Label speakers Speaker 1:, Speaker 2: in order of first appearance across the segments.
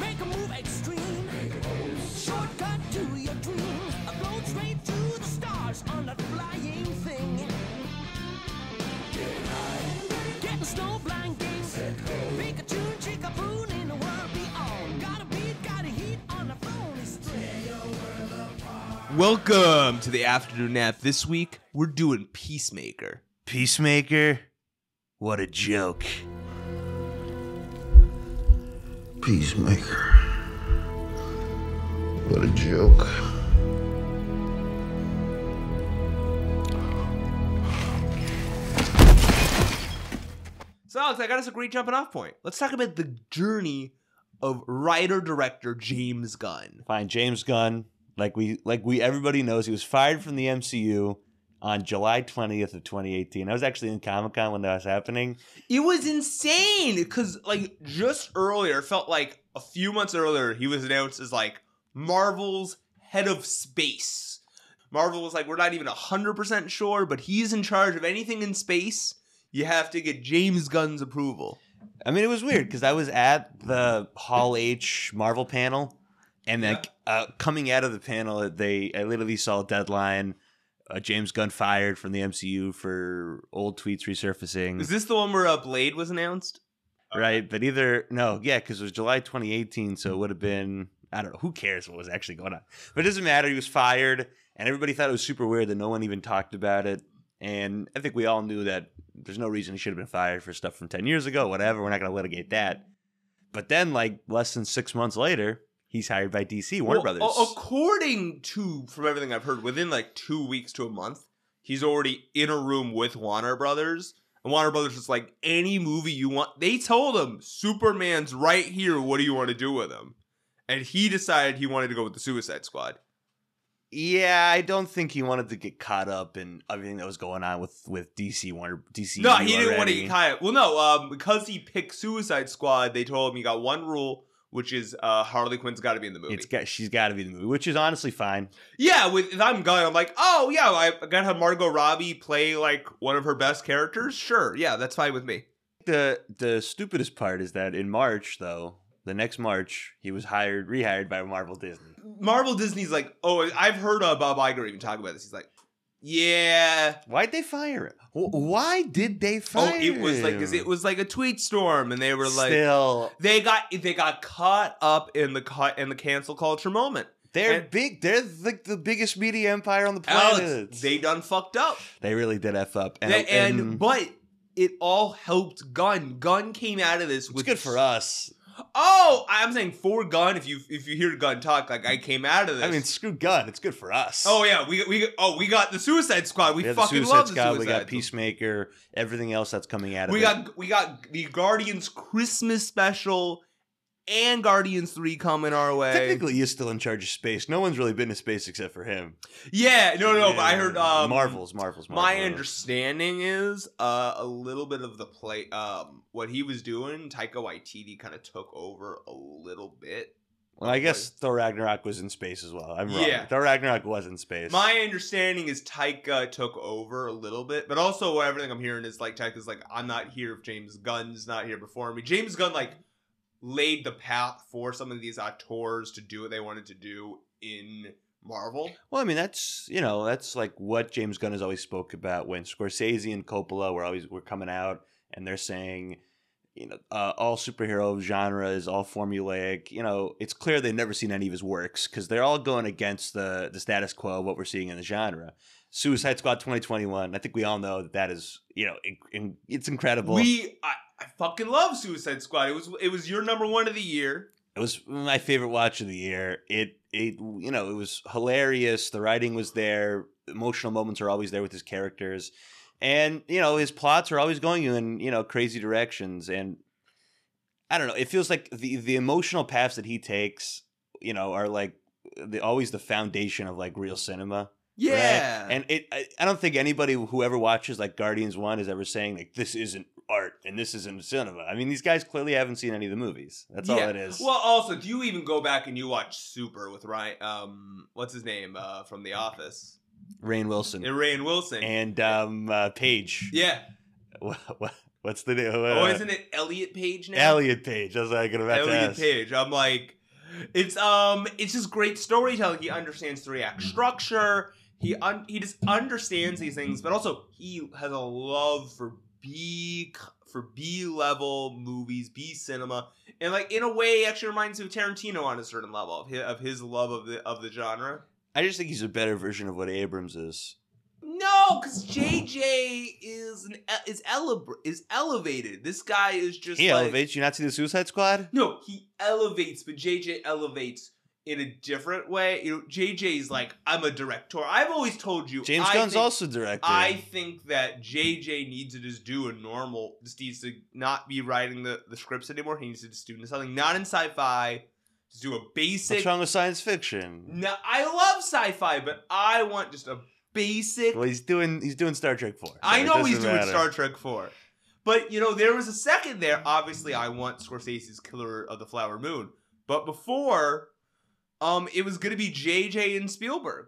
Speaker 1: Make a move extreme. Shortcut to your dream. A blow straight to the stars on that flying thing. Get the snow blind game. Pikachu and Chickaboon in the world beyond. Gotta beat, gotta heat on the phony string.
Speaker 2: Welcome to the afternoon nap. This week we're doing Peacemaker.
Speaker 3: Peacemaker, what a joke.
Speaker 4: Peacemaker. What a joke.
Speaker 2: So Alex, I got us a great jumping off point. Let's talk about the journey of writer director James Gunn.
Speaker 3: Fine, James Gunn, like we like we everybody knows, he was fired from the MCU on July 20th of 2018. I was actually in Comic-Con when that was happening.
Speaker 2: It was insane because like just earlier, it felt like a few months earlier, he was announced as like Marvel's head of space. Marvel was like, we're not even hundred percent sure, but he's in charge of anything in space. You have to get James Gunn's approval.
Speaker 3: I mean, it was weird because I was at the Hall H Marvel panel, and then uh, coming out of the panel, they I literally saw a deadline. Uh, James Gunn fired from the MCU for old tweets resurfacing.
Speaker 2: Is this the one where uh, Blade was announced?
Speaker 3: right? But either no, yeah, because it was July 2018, so it would have
Speaker 2: Mm-hmm.
Speaker 3: been I don't know. Who cares what was actually going on? But it doesn't matter. He was fired, and everybody thought it was super weird that no one even talked about it. And I think we all knew that there's no reason he should have been fired for stuff from 10 years ago. Whatever, we're not going to litigate that. But then, like less than six months later, he's hired by DC Warner
Speaker 2: Well, oh,
Speaker 3: Brothers.
Speaker 2: a- According to from everything I've heard, within like two weeks to a month, he's already in a room with Warner Brothers. And Warner Brothers is like, any movie you want. They told him Superman's right here. What do you want to do with him? And he decided he wanted to go with the Suicide Squad.
Speaker 3: yeah, I don't think he wanted to get caught up in everything that was going on with with DC Warner E DC.
Speaker 2: No, he didn't want to
Speaker 3: already.
Speaker 2: get Kaya. Well, no, um, because he picked Suicide Squad, they told him you got one rule, which is uh, Harley Quinn's got to be in the movie.
Speaker 3: It's got she's got to be in the movie, which is honestly fine.
Speaker 2: Yeah, with if I'm going, I'm like, oh yeah, I gotta have Margot Robbie play like one of her best characters. Sure, yeah, that's fine with me.
Speaker 3: the the stupidest part is that in March though, the next March he was hired rehired by Marvel Disney.
Speaker 2: Marvel Disney's like, oh, I've heard uh, Bob Iger even talk about this. He's like, yeah,
Speaker 3: Why'd they fire him? Wh- Why did they
Speaker 2: oh,
Speaker 3: fire?
Speaker 2: it was like, 'cause it was like a tweet storm, and they were like,
Speaker 3: still
Speaker 2: they got they got caught up in the cut in the cancel culture moment.
Speaker 3: they're
Speaker 2: and-
Speaker 3: big. They're like the biggest media empire on the planet.
Speaker 2: Alex, they done fucked up.
Speaker 3: They really did f up. And,
Speaker 2: They- And,
Speaker 3: and
Speaker 2: but it all helped Gun. Gun came out of this.
Speaker 3: it's
Speaker 2: with
Speaker 3: good for us.
Speaker 2: Oh, I'm saying for Gun. If you if you hear Gun talk, like I came out of this.
Speaker 3: I mean, screw gun. It's good for us.
Speaker 2: oh yeah, we we oh we got the Suicide Squad. We
Speaker 3: We had the
Speaker 2: fucking
Speaker 3: Suicide
Speaker 2: love the
Speaker 3: Squad.
Speaker 2: Suicide.
Speaker 3: we got Peacemaker. Everything else that's coming out of
Speaker 2: We
Speaker 3: it.
Speaker 2: got we got the Guardians Christmas special and Guardians Three coming our way.
Speaker 3: Technically, he's still in charge of space. No one's really been to space except for him.
Speaker 2: yeah. No, no. But I
Speaker 3: Yeah.
Speaker 2: heard um,
Speaker 3: Marvels, Marvels, Marvels.
Speaker 2: My understanding is uh, a little bit of the play. Um, what he was doing, Taika Waititi kind of took over a little bit.
Speaker 3: Well, I guess Thor Ragnarok was in space as well. I'm wrong.
Speaker 2: Yeah.
Speaker 3: Thor Ragnarok was in space.
Speaker 2: My understanding is Taika took over a little bit, but also everything I'm hearing is like Taika's like, I'm not here if James Gunn's not here before me. James Gunn like laid the path for some of these auteurs to do what they wanted to do in Marvel.
Speaker 3: well, I mean, that's you know, that's like what James Gunn has always spoke about when Scorsese and Coppola were always were coming out and they're saying, you know, uh, all superhero genre is all formulaic. You know, it's clear they've never seen any of his works because they're all going against the the status quo of what we're seeing in the genre. Suicide Squad 2021. I think we all know that that is, you know, in, in, it's incredible.
Speaker 2: We I, I fucking love Suicide Squad. It was it was your number one of the year.
Speaker 3: it was my favorite watch of the year. It it you know it was hilarious. The writing was there. Emotional moments are always there with his characters, and you know his plots are always going you in you know crazy directions. And I don't know. It feels like the the emotional paths that he takes, you know, are like the always the foundation of like real cinema. right?
Speaker 2: Yeah.
Speaker 3: And it I, I don't think anybody who ever watches like Guardians 1 is ever saying like this isn't art, and this isn't cinema. I mean, these guys clearly haven't seen any of the movies. That's all
Speaker 2: Yeah.
Speaker 3: it is.
Speaker 2: Well, also, do you even go back and you watch Super with Ryan? Um, what's his name uh, from The Office?
Speaker 3: Rain Wilson
Speaker 2: And Ray and Wilson.
Speaker 3: and um, uh, Page.
Speaker 2: yeah.
Speaker 3: Wha- wha- What's the name?
Speaker 2: oh,
Speaker 3: Uh,
Speaker 2: isn't it Elliot Page now?
Speaker 3: Elliot Page. That's what I could about to
Speaker 2: Elliot
Speaker 3: ask.
Speaker 2: Page. I'm like, it's um, it's just great storytelling. He understands three act structure. He un- he just understands these things, but also he has a love for B for B level movies, B cinema, and like in a way, actually reminds me of Tarantino on a certain level of his, of his love of the of the genre.
Speaker 3: I just think he's a better version of what Abrams is.
Speaker 2: No, because JJ is an is ele- is elevated. This guy is just
Speaker 3: He
Speaker 2: like,
Speaker 3: elevates. You not see the Suicide Squad?
Speaker 2: No, he elevates, but JJ elevates in a different way. You know, JJ's like, I'm a director. I've always told you,
Speaker 3: Hmm. James
Speaker 2: I
Speaker 3: Gunn's
Speaker 2: think,
Speaker 3: also directed.
Speaker 2: I think that JJ needs to just do a normal. Just needs to not be writing the, the scripts anymore. He needs to just do something not in sci-fi. Just do a basic.
Speaker 3: What's wrong with science fiction?
Speaker 2: No, I love sci-fi, but I want just a basic.
Speaker 3: Well, he's doing he's doing Star Trek Four. so
Speaker 2: I
Speaker 3: it
Speaker 2: know he's
Speaker 3: doesn't
Speaker 2: doing
Speaker 3: matter.
Speaker 2: Star Trek 4. But, you know, there was a second there. Obviously, I want Scorsese's Killer of the Flower Moon. But before, um, it was going to be JJ and Spielberg.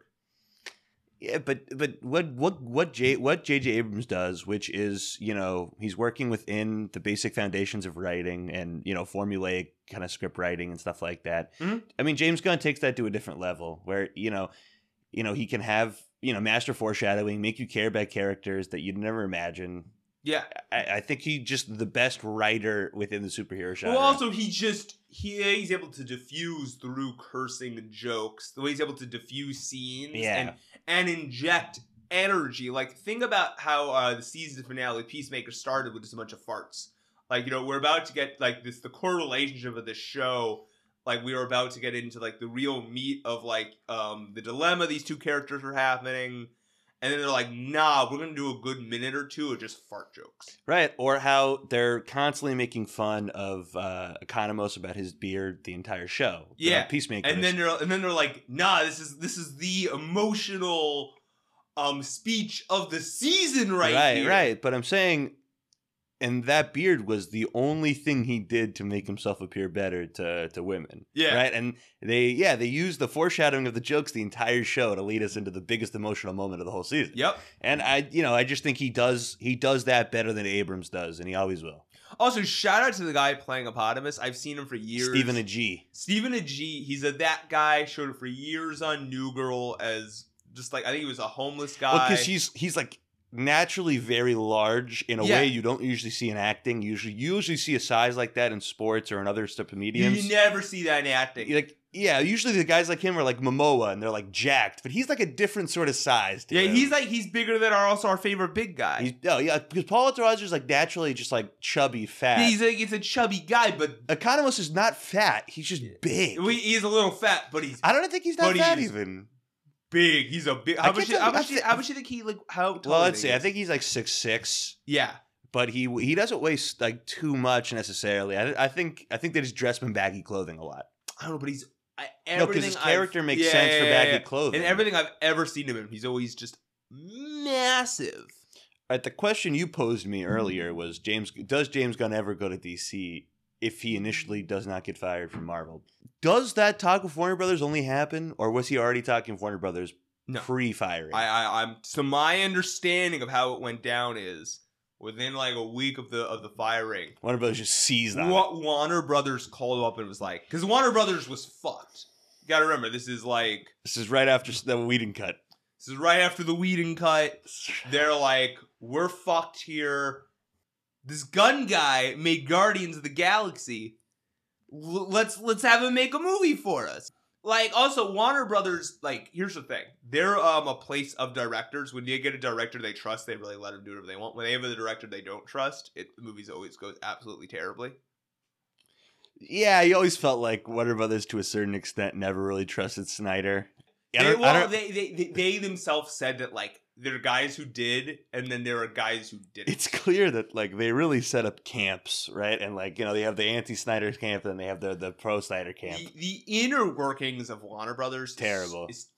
Speaker 3: Yeah, but but what what what J what JJ Abrams does, which is you know he's working within the basic foundations of writing and you know formulaic kind of script writing and stuff like that.
Speaker 2: Mhm.
Speaker 3: I mean, James Gunn takes that to a different level where you know you know he can have you know master foreshadowing, make you care about characters that you'd never imagine.
Speaker 2: Yeah.
Speaker 3: I, I think he just the best writer within the superhero genre.
Speaker 2: Well, also, he just, he, he's able to diffuse through cursing and jokes, the way he's able to diffuse scenes
Speaker 3: Yeah.
Speaker 2: and, and inject energy. Like, think about how uh, the season finale, Peacemaker, started with just a bunch of farts. Like, you know, we're about to get, like, this, the core relationship of the show like we were about to get into like the real meat of like um the dilemma these two characters were happening and then they're like nah we're gonna do a good minute or two of just fart jokes
Speaker 3: Right, or how they're constantly making fun of uh, Economos about his beard the entire show. They're
Speaker 2: Yeah,
Speaker 3: on Peacemaker.
Speaker 2: and then they're and then they're like nah this is this is the emotional um speech of the season right
Speaker 3: right,
Speaker 2: here.
Speaker 3: right. But I'm saying, and that beard was the only thing he did to make himself appear better to to women.
Speaker 2: Yeah.
Speaker 3: right. And they, yeah, they used the foreshadowing of the jokes the entire show to lead us into the biggest emotional moment of the whole season.
Speaker 2: yep
Speaker 3: And I, you know, I just think he does he does that better than Abrams does, and he always will.
Speaker 2: also shout out to the guy playing Hippopotamus. i've seen him for years
Speaker 3: Stephen A. G.
Speaker 2: Stephen A. G. He's a that guy. Showed up for years on New Girl as just like I think he was a homeless guy.
Speaker 3: Well, because he's he's like naturally very large in a
Speaker 2: Yeah.
Speaker 3: way you don't usually see in acting. Usually, you usually see a size like that in sports or in other type of mediums.
Speaker 2: You never see that in acting.
Speaker 3: like yeah, usually the guys like him are like Momoa and they're like jacked, but he's like a different sort of size. To
Speaker 2: yeah,
Speaker 3: him.
Speaker 2: he's like he's bigger than our also our favorite big guy.
Speaker 3: He's- oh yeah, because Paul Rogers like naturally just like chubby fat.
Speaker 2: he's like it's a chubby guy, but
Speaker 3: Economos is not fat. He's just big.
Speaker 2: we, he's a little fat. But he's
Speaker 3: I don't think he's not
Speaker 2: But
Speaker 3: fat
Speaker 2: he's-
Speaker 3: even.
Speaker 2: big. He's a big.
Speaker 3: I
Speaker 2: How
Speaker 3: can't
Speaker 2: much?
Speaker 3: tell
Speaker 2: How
Speaker 3: you- I
Speaker 2: much?
Speaker 3: thi-
Speaker 2: How much you think he like? How? tall
Speaker 3: Well,
Speaker 2: do you
Speaker 3: let's see. I
Speaker 2: he is?
Speaker 3: think he's like six six.
Speaker 2: Yeah.
Speaker 3: but he he doesn't waste like too much necessarily. I, I think I think they just dress him in baggy clothing a lot.
Speaker 2: I don't know, but he's I,
Speaker 3: No,
Speaker 2: everything.
Speaker 3: because his
Speaker 2: I've-
Speaker 3: character makes
Speaker 2: Yeah,
Speaker 3: sense
Speaker 2: yeah,
Speaker 3: for
Speaker 2: yeah,
Speaker 3: baggy
Speaker 2: yeah.
Speaker 3: clothing.
Speaker 2: And everything I've ever seen of him, he's always just massive.
Speaker 3: All right, the question you posed
Speaker 2: Mm-hmm.
Speaker 3: me earlier was James does James Gunn ever go to DC if he initially does not get fired from Marvel? Does that talk with Warner Brothers only happen, or was he already talking with Warner Brothers
Speaker 2: No.
Speaker 3: pre-firing?
Speaker 2: I, I I'm so my understanding of how it went down is within like a week of the of the firing,
Speaker 3: Warner Brothers just seized on it.
Speaker 2: Wa- Warner Brothers called up and was like, because Warner Brothers was fucked. You gotta remember, this is like
Speaker 3: This is right after the Whedon cut.
Speaker 2: this is right after the Whedon cut. They're like, we're fucked here. This gun guy made Guardians of the Galaxy. L- let's let's have him make a movie for us. Like also Warner Brothers. Like here's the thing: they're um a place of directors. When you get a director they trust, they really let them do whatever they want. When they have a director they don't trust, it the movies always goes absolutely terribly.
Speaker 3: Yeah, he always felt like Warner Brothers, to a certain extent, never really trusted Snyder. I
Speaker 2: They,
Speaker 3: don't- I
Speaker 2: well,
Speaker 3: don't-
Speaker 2: they, they, they, they themselves said that like there are guys who did, and then there are guys who didn't.
Speaker 3: it's clear that like they really set up camps, right? And like you know they have the anti Snyder camp and they have the the pro Snyder camp.
Speaker 2: the, the inner workings of Warner Brothers is-
Speaker 3: Terrible.
Speaker 2: Is,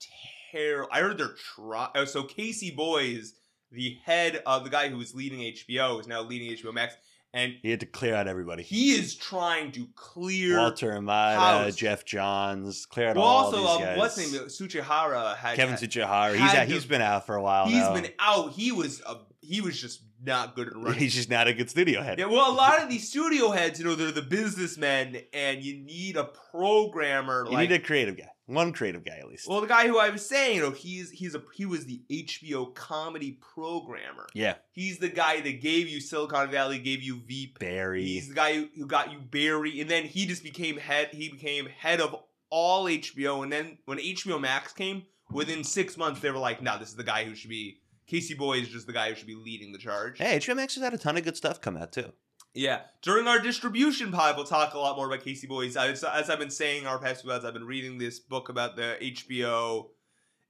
Speaker 2: terrible. I heard they're try. oh, So Casey Boys, the head of the guy who was leading HBO, is now leading HBO Max. and
Speaker 3: He had to clear out everybody.
Speaker 2: he is trying to clear.
Speaker 3: Walter Amada,
Speaker 2: House.
Speaker 3: Jeff Johns, clear out
Speaker 2: well,
Speaker 3: all
Speaker 2: also,
Speaker 3: these
Speaker 2: um,
Speaker 3: guys.
Speaker 2: what's his name? Suchihara had
Speaker 3: Kevin
Speaker 2: had-
Speaker 3: Tsuchihara. He's
Speaker 2: had
Speaker 3: out,
Speaker 2: to-
Speaker 3: he's been out for a while.
Speaker 2: He's
Speaker 3: now.
Speaker 2: been out. He was a, he was just not good at running.
Speaker 3: He's just not a good studio head.
Speaker 2: Yeah, well, a lot of these studio heads, you know, they're the businessmen, and you need a programmer.
Speaker 3: you
Speaker 2: like,
Speaker 3: need a creative guy. One creative guy at least.
Speaker 2: well, the guy who I was saying, you know, he's he's a he was the HBO comedy programmer.
Speaker 3: yeah,
Speaker 2: He's the guy that gave you Silicon Valley, gave you Veep.
Speaker 3: Barry.
Speaker 2: He's the guy who- who got you Barry, and then he just became head. He became head of all HBO, and then when HBO Max came, within six months, they were like, "No, this is the guy who should be." Casey Boy is just the guy who should be leading the charge.
Speaker 3: hey, HBO Max has had a ton of good stuff come out too.
Speaker 2: Yeah. During our distribution pod, we'll talk a lot more about Casey Boys. As, as I've been saying our past few ads, I've been reading this book about the HBO.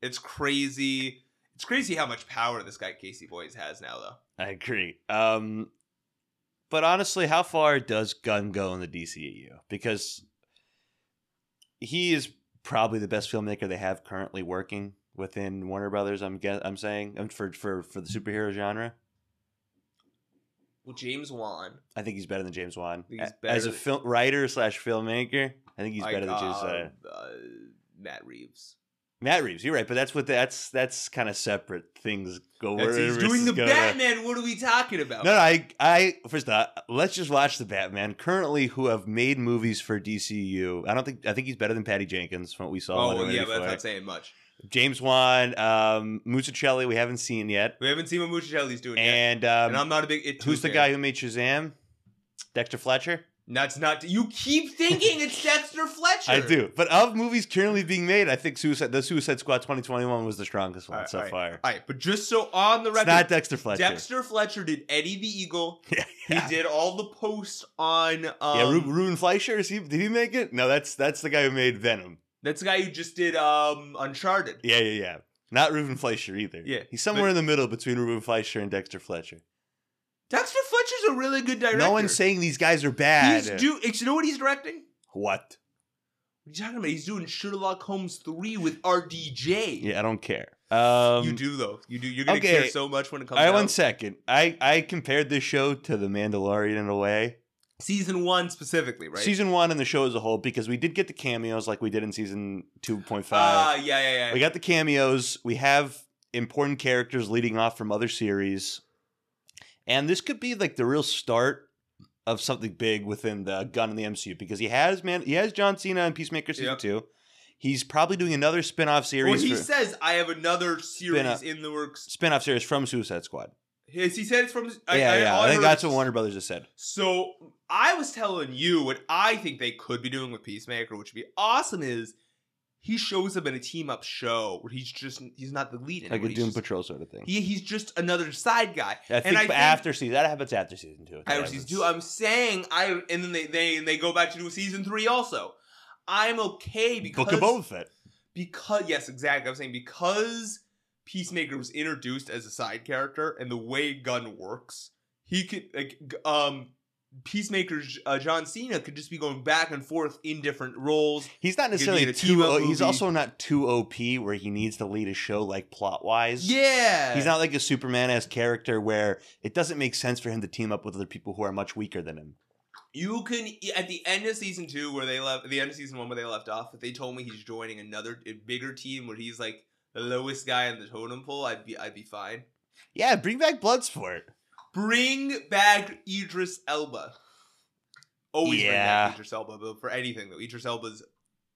Speaker 2: It's crazy. It's crazy how much power this guy Casey Boys has now, though.
Speaker 3: I agree. Um, but honestly, how far does Gunn go in the DCEU? Because he is probably the best filmmaker they have currently working within Warner Brothers. I'm guess I'm saying um, for for for the superhero genre.
Speaker 2: Well, James Wan.
Speaker 3: I think he's better than James Wan
Speaker 2: Think he's
Speaker 3: A- as a
Speaker 2: better-
Speaker 3: film writer slash filmmaker. I think he's
Speaker 2: like,
Speaker 3: better than James. Uh,
Speaker 2: uh, uh, Matt Reeves.
Speaker 3: Matt Reeves, you're right, but that's what that's that's kind of separate things go.
Speaker 2: That's,
Speaker 3: where
Speaker 2: he's
Speaker 3: this
Speaker 2: doing
Speaker 3: is
Speaker 2: the
Speaker 3: going.
Speaker 2: Batman. What are we talking about?
Speaker 3: No, no, I, I first off, let's just watch the Batman. Currently, who have made movies for DCU? I don't think I think he's better than Patty Jenkins from what we saw.
Speaker 2: oh,
Speaker 3: one
Speaker 2: well,
Speaker 3: way
Speaker 2: yeah, but that's
Speaker 3: before.
Speaker 2: not saying much.
Speaker 3: James Wan, um, Musacelli, we haven't seen yet,
Speaker 2: We haven't seen what Muscitelli's doing yet.
Speaker 3: and, um,
Speaker 2: and I'm not a big. It Too
Speaker 3: who's the
Speaker 2: fan.
Speaker 3: guy who made Shazam? Dexter Fletcher.
Speaker 2: That's not. You keep thinking it's Dexter Fletcher.
Speaker 3: I do, but of movies currently being made, I think Suicide the Suicide Squad 2021 was the strongest one
Speaker 2: All right,
Speaker 3: so
Speaker 2: all right.
Speaker 3: far.
Speaker 2: All right, but just so on the
Speaker 3: It's
Speaker 2: record,
Speaker 3: not Dexter Fletcher.
Speaker 2: Dexter Fletcher did Eddie the Eagle.
Speaker 3: Yeah.
Speaker 2: He did all the posts on. Um,
Speaker 3: yeah, Ru- Ruben Fleischer. Is he, did he make it? No, that's that's the guy who made Venom.
Speaker 2: That's the guy who just did um, Uncharted.
Speaker 3: Yeah, yeah, yeah. Not Reuben Fleischer either.
Speaker 2: Yeah,
Speaker 3: he's somewhere
Speaker 2: but-
Speaker 3: in the middle between Reuben Fleischer and Dexter Fletcher.
Speaker 2: Dexter Fletcher's a really good director.
Speaker 3: No one's saying these guys are bad.
Speaker 2: he's do. You know what he's directing?
Speaker 3: what?
Speaker 2: What are you talking about? He's doing Sherlock Holmes three with RDJ.
Speaker 3: Yeah, I don't care. Um,
Speaker 2: you do though. You do. You're gonna
Speaker 3: okay.
Speaker 2: care so much when it
Speaker 3: All
Speaker 2: comes.
Speaker 3: right,
Speaker 2: out.
Speaker 3: one second. I I compared this show to The Mandalorian in a way.
Speaker 2: Season one specifically, right?
Speaker 3: Season one and the show as a whole, because we did get the cameos like we did in season two point
Speaker 2: Ah,
Speaker 3: five.
Speaker 2: yeah, yeah, yeah.
Speaker 3: we got the cameos. We have important characters leading off from other series, and this could be like the real start of something big within the gun in the MCU because he has man, he has John Cena in Peacemaker season
Speaker 2: Yep.
Speaker 3: two. He's probably doing another spin-off
Speaker 2: well,
Speaker 3: series.
Speaker 2: he
Speaker 3: for-
Speaker 2: says I have another series
Speaker 3: up.
Speaker 2: in the works.
Speaker 3: spin-off series from Suicide Squad.
Speaker 2: His, he said it's from. I,
Speaker 3: yeah,
Speaker 2: I,
Speaker 3: yeah.
Speaker 2: all
Speaker 3: I, think
Speaker 2: heard
Speaker 3: that's
Speaker 2: is-
Speaker 3: what Warner Brothers has said.
Speaker 2: So I was telling you what I think they could be doing with Peacemaker, which would be awesome, is he shows up in a team up show where he's just he's not the lead anymore.
Speaker 3: Like a
Speaker 2: He's
Speaker 3: Doom
Speaker 2: just-
Speaker 3: Patrol sort of thing.
Speaker 2: he, he's just another side guy.
Speaker 3: I think
Speaker 2: I think-
Speaker 3: after season that happens after season two.
Speaker 2: I was just do I'm saying I and then they they and they go back to do season three also. I'm okay because
Speaker 3: Book of Boba Fett.
Speaker 2: because yes, exactly. I'm saying because Peacemaker was introduced as a side character and the way Gun works, he could like g- um Peacemaker's uh, John Cena could just be going back and forth in different roles.
Speaker 3: He's not
Speaker 2: Give me
Speaker 3: necessarily
Speaker 2: the
Speaker 3: too.
Speaker 2: team-up
Speaker 3: O- he's
Speaker 2: movie.
Speaker 3: also not too OP where he needs to lead a show like plot wise.
Speaker 2: Yeah,
Speaker 3: He's not like a Superman as character where it doesn't make sense for him to team up with other people who are much weaker than him.
Speaker 2: You can e, at the end of season two where they left the end of season one where they left off. If they told me he's joining another a bigger team where he's like the lowest guy in the totem pole, I'd be I'd be fine.
Speaker 3: Yeah, bring back Bloodsport.
Speaker 2: Bring back Idris Elba. Always bring
Speaker 3: Yeah.
Speaker 2: back Idris Elba but for anything though. Idris Elba's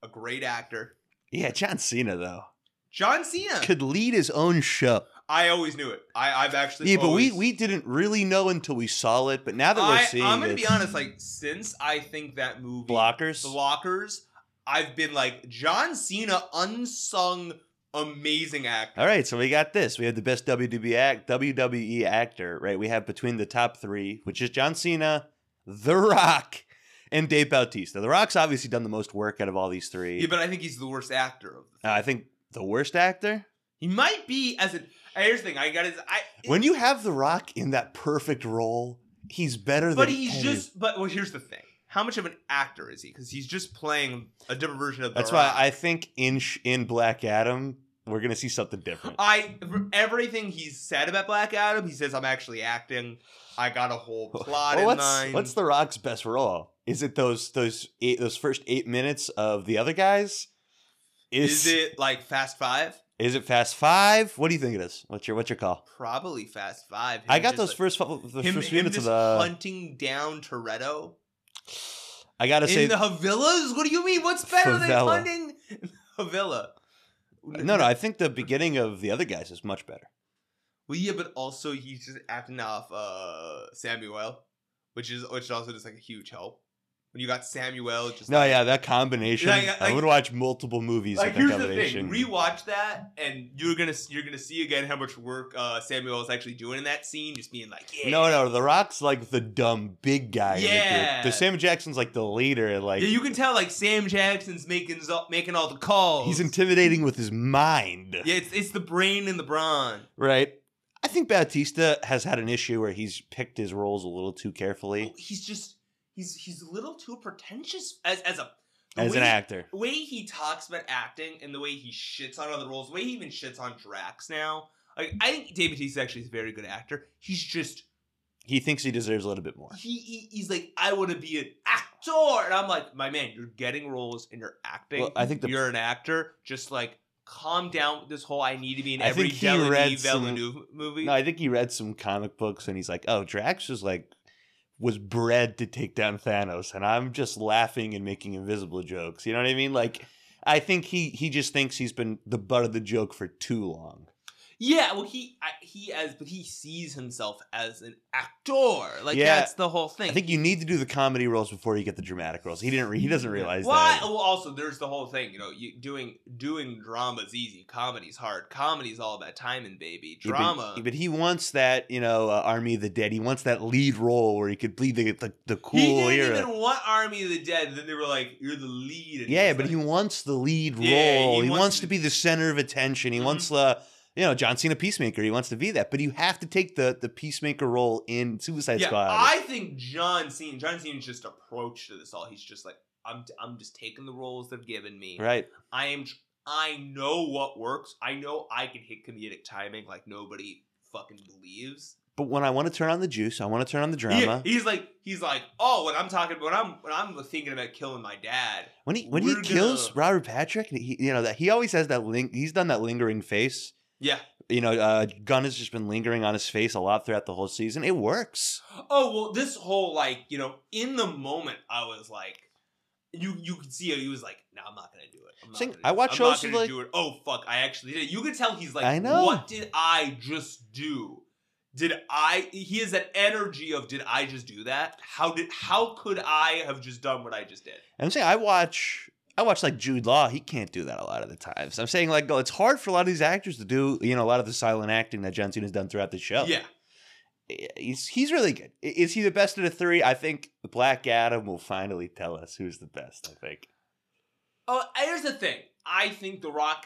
Speaker 2: a great actor.
Speaker 3: Yeah, John Cena though
Speaker 2: John Cena.
Speaker 3: could lead his own show.
Speaker 2: I always knew it. I I've actually
Speaker 3: Yeah, but we
Speaker 2: always-
Speaker 3: we didn't really know until we saw it. But now that we're
Speaker 2: I,
Speaker 3: seeing,
Speaker 2: I'm gonna
Speaker 3: it,
Speaker 2: be honest. Like since I think that movie
Speaker 3: blockers.
Speaker 2: Blockers, I've been like John Cena, unsung, amazing actor.
Speaker 3: All right, so we got this. We have the best WWE act WWE actor, right? We have between the top three, which is John Cena, The Rock, and Dave Bautista. The Rock's obviously done the most work out of all these three.
Speaker 2: Yeah, but I think he's the worst actor of the.
Speaker 3: Uh, I think the worst actor.
Speaker 2: He might be as an. Here's the thing. I got his. I
Speaker 3: When you have The Rock in that perfect role, he's better
Speaker 2: But
Speaker 3: than
Speaker 2: he's
Speaker 3: any-
Speaker 2: just. But well, here's the thing. How much of an actor is he? Because he's just playing a different version of. The
Speaker 3: That's
Speaker 2: Rock.
Speaker 3: why I think in Sh- in Black Adam, we're gonna see something different.
Speaker 2: I for everything he's said about Black Adam, he says I'm actually acting. I got a whole plot
Speaker 3: Well,
Speaker 2: in
Speaker 3: what's,
Speaker 2: mind.
Speaker 3: what's The Rock's best role? Is it those those eight, those first eight minutes of the other guys?
Speaker 2: is it like Fast Five?
Speaker 3: Is it Fast Five? What do you think it is? What's your what's your call?
Speaker 2: Probably Fast Five. Him
Speaker 3: I got
Speaker 2: just,
Speaker 3: those
Speaker 2: like-
Speaker 3: first fo- the
Speaker 2: him,
Speaker 3: first few
Speaker 2: him
Speaker 3: minutes of
Speaker 2: just
Speaker 3: the.
Speaker 2: hunting down Toretto
Speaker 3: I gotta
Speaker 2: in
Speaker 3: say,
Speaker 2: the favelas. What do you mean? What's better
Speaker 3: Favela.
Speaker 2: than hunting favela?
Speaker 3: no, no, I think the beginning of the other guys is much better.
Speaker 2: Well, yeah, but also he's just acting off uh Samuel, which is which is also just like a huge help. When you got Samuel, just
Speaker 3: No, yeah, that combination.
Speaker 2: Like, uh,
Speaker 3: I
Speaker 2: like-
Speaker 3: would watch multiple movies
Speaker 2: like
Speaker 3: with that
Speaker 2: here's the thing:
Speaker 3: combination.
Speaker 2: rewatch that, and you're gonna you're gonna see again how much work uh Samuel is actually doing in that scene, just being like, yeah,
Speaker 3: No, no, The Rock's like the dumb big guy. in the group.
Speaker 2: Yeah.
Speaker 3: the Sam Jackson's like the leader. Like
Speaker 2: yeah. You can tell like Sam Jackson's making zo- making all the calls.
Speaker 3: he's intimidating with his mind.
Speaker 2: yeah, it's it's the brain and the brawn.
Speaker 3: Right. I think Batista has had an issue where he's picked his roles a little too carefully
Speaker 2: He's just he's he's a little too pretentious as as a the
Speaker 3: as an
Speaker 2: way-
Speaker 3: actor.
Speaker 2: the way he talks about acting and the way he shits on other roles, the way he even shits on Drax now. Like, I think David Batista actually is a very good actor. He's just
Speaker 3: He thinks he deserves a little bit more.
Speaker 2: he, he he's like I want to be an actor, and I'm like, my man, you're getting roles and you're acting.
Speaker 3: Well, I think the-
Speaker 2: you're an actor. Just like calm down with this whole I need to be in
Speaker 3: I
Speaker 2: every
Speaker 3: think he
Speaker 2: Delaney
Speaker 3: read some-
Speaker 2: Villeneuve movie.
Speaker 3: No, I think he read some comic books and he's like, "Oh, Drax is like was bred to take down Thanos, and I'm just laughing and making invisible jokes." You know what I mean? Like, I think he he just thinks he's been the butt of the joke for too long.
Speaker 2: yeah, well he I, he as but he sees himself as an actor. Like
Speaker 3: Yeah.
Speaker 2: that's the whole thing.
Speaker 3: I think you need to do the comedy roles before you get the dramatic roles. He didn't. Re- he doesn't realize
Speaker 2: Why?
Speaker 3: that.
Speaker 2: Well, also there's the whole thing, you know, you doing doing drama's easy, comedy's hard. Comedy's all about timing, baby.
Speaker 3: Yeah, but-
Speaker 2: Drama.
Speaker 3: but, he wants that, you know, uh, Army of the Dead. He wants that lead role where he could be the the, the cool
Speaker 2: he didn't
Speaker 3: era.
Speaker 2: even want Army of the Dead. and Then they were like, "You're the lead." and
Speaker 3: yeah,
Speaker 2: he's
Speaker 3: but he
Speaker 2: like-
Speaker 3: wants the lead role.
Speaker 2: Yeah, he
Speaker 3: he,
Speaker 2: wants
Speaker 3: wants,
Speaker 2: to-
Speaker 3: to be the center of attention. He
Speaker 2: Mhm.
Speaker 3: wants the you know John Cena Peacemaker. He wants to be that, but you have to take the the Peacemaker role in Suicide
Speaker 2: Yeah,
Speaker 3: Squad.
Speaker 2: I think John Cena. John Cena's just approach to this all. He's just like, "I'm I'm just taking the roles they've given me.
Speaker 3: right?
Speaker 2: I am. tr- I know what works. I know I can hit comedic timing like nobody fucking believes."
Speaker 3: But when I want to turn on the juice, I want to turn on the
Speaker 2: He-
Speaker 3: drama.
Speaker 2: he's like, he's like, oh, when I'm talking, when I'm, when I'm thinking about killing my dad.
Speaker 3: when he when he
Speaker 2: we're
Speaker 3: kills
Speaker 2: gonna-
Speaker 3: Robert Patrick, he, you know that he always has that link. He's done that lingering face.
Speaker 2: Yeah.
Speaker 3: You know, uh, Gunn has just been lingering on his face a lot throughout the whole season. It works.
Speaker 2: Oh well, this whole like, you know, in the moment, I was like, you, you could see he was like, no, I'm not gonna do it. I'm not
Speaker 3: Sing-
Speaker 2: gonna
Speaker 3: I
Speaker 2: do it.
Speaker 3: watch
Speaker 2: I'm
Speaker 3: shows
Speaker 2: Not
Speaker 3: with,
Speaker 2: gonna
Speaker 3: like-
Speaker 2: do it. Oh fuck, I actually did. it. You could tell he's like,
Speaker 3: I know.
Speaker 2: What did I just do? Did I? He has that energy of, did I just do that? How did? How could I have just done what I just did?
Speaker 3: And I'm saying I watch I watch like Jude Law. He can't do that a lot of the times. I'm saying like oh, it's hard for a lot of these actors to do you know a lot of the silent acting that John Cena's done throughout the show. Eh,
Speaker 2: Yeah.
Speaker 3: he's he's really good. I- Is he the best of the three? I think Black Adam will finally tell us who's the best. I think.
Speaker 2: Oh, here's the thing. I think The Rock